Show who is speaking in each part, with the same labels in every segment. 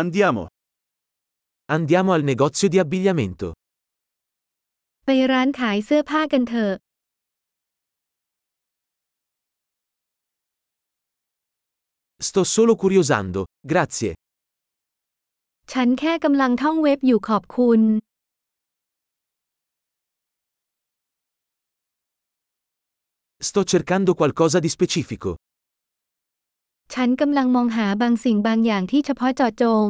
Speaker 1: Andiamo.
Speaker 2: Andiamo al negozio di abbigliamento.
Speaker 3: ไปร้านขายเสื้อผ้ากันเถอะ
Speaker 2: Sto solo curiosando, grazie.
Speaker 3: ฉันแค่กำลังท่องเว็บอยู่ขอบคุณ
Speaker 2: Sto cercando qualcosa di specifico.
Speaker 3: ฉันกำลังมองหาบางสิ่งบางอย่างที่เฉพาะเจาะจง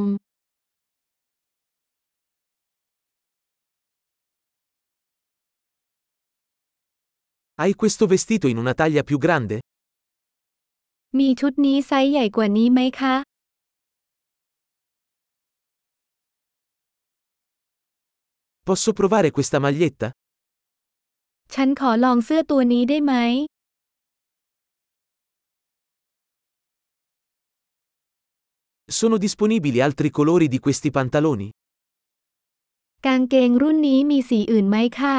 Speaker 2: Hai questo vestito in una taglia più grande?
Speaker 3: มีชุดนี้ไซส์ใหญ่กว่านี้ไหมคะ
Speaker 2: Posso provare questa maglietta?
Speaker 3: ฉันขอลองเสื้อตัวนี้ได้ไหม
Speaker 2: Sono disponibili altri colori di questi pantaloni?
Speaker 3: กางเกงรุ่นนี้มีสีอื่นไหมคะ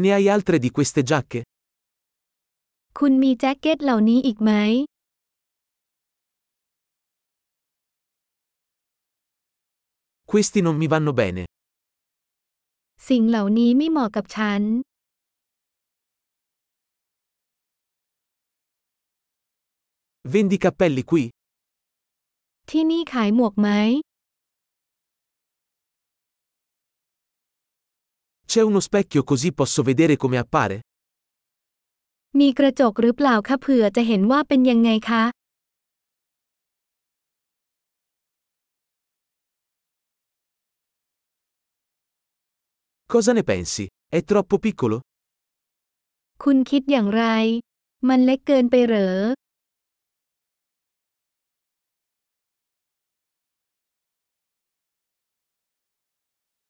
Speaker 2: Ne hai altre di queste giacche?
Speaker 3: คุณมีแจ็คเก็ตเหล่านี้อีกไหม
Speaker 2: Questi non mi vanno bene.
Speaker 3: สิ่งเหล่านี้ไม่เหมาะกับฉัน
Speaker 2: Vendi cappelli qui?
Speaker 3: ที่นี่ขายหมวกไหม
Speaker 2: C'è uno specchio così posso vedere come appare?
Speaker 3: มีกระจกหรือเปล่าคะเผื่อจะเห็นว่าเป็นยังไงคะ
Speaker 2: Cosa ne pensi? È troppo piccolo?
Speaker 3: คุณคิดอย่างไร มันเล็กเกินไปเหรอ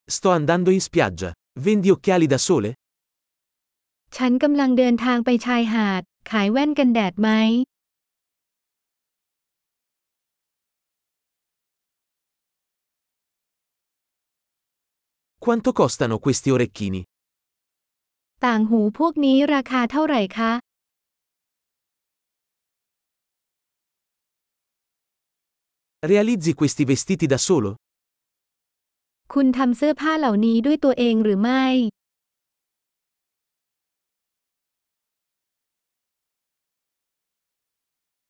Speaker 2: Sto andando in spiaggia. Vendi occhiali da sole?
Speaker 3: ฉันกำลังเดินทางไปชายหาด ขายแว่นกันแดดไหม
Speaker 2: Quanto costano questi orecchini?
Speaker 3: ต่างหูพวกนี้ราคาเท่าไหร่คะ
Speaker 2: Realizzi questi vestiti da solo?
Speaker 3: คุณทำเสื้อผ้าเหล่านี้ด้วยตัวเองหรือไม่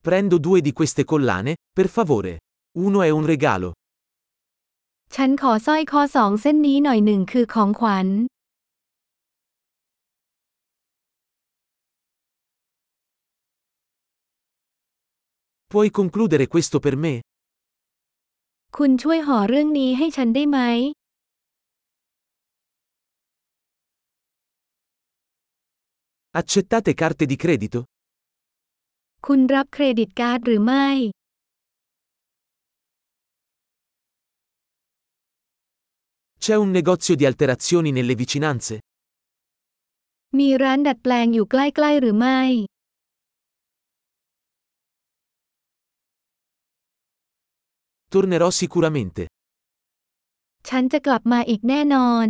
Speaker 2: Prendo due di queste collane, per favore. Uno è un regalo.
Speaker 3: ฉันขอสร้อยคอสองเส้นนี้หน่อยหนึ่งคือของขวัญ
Speaker 2: Puoi concludere questo per me?
Speaker 3: คุณช่วยห่อเรื่องนี้ให้ฉันได้ไหม
Speaker 2: Accettate carte di credito?
Speaker 3: คุณรับเครดิตการ์ดหรือไม่
Speaker 2: C'è un negozio di alterazioni nelle vicinanze?
Speaker 3: มีร้านดัดแปลงอยู่ใกล้ๆหรือไม่
Speaker 2: Tornerò sicuramente.
Speaker 3: ฉันจะกลับมาอีกแน่นอน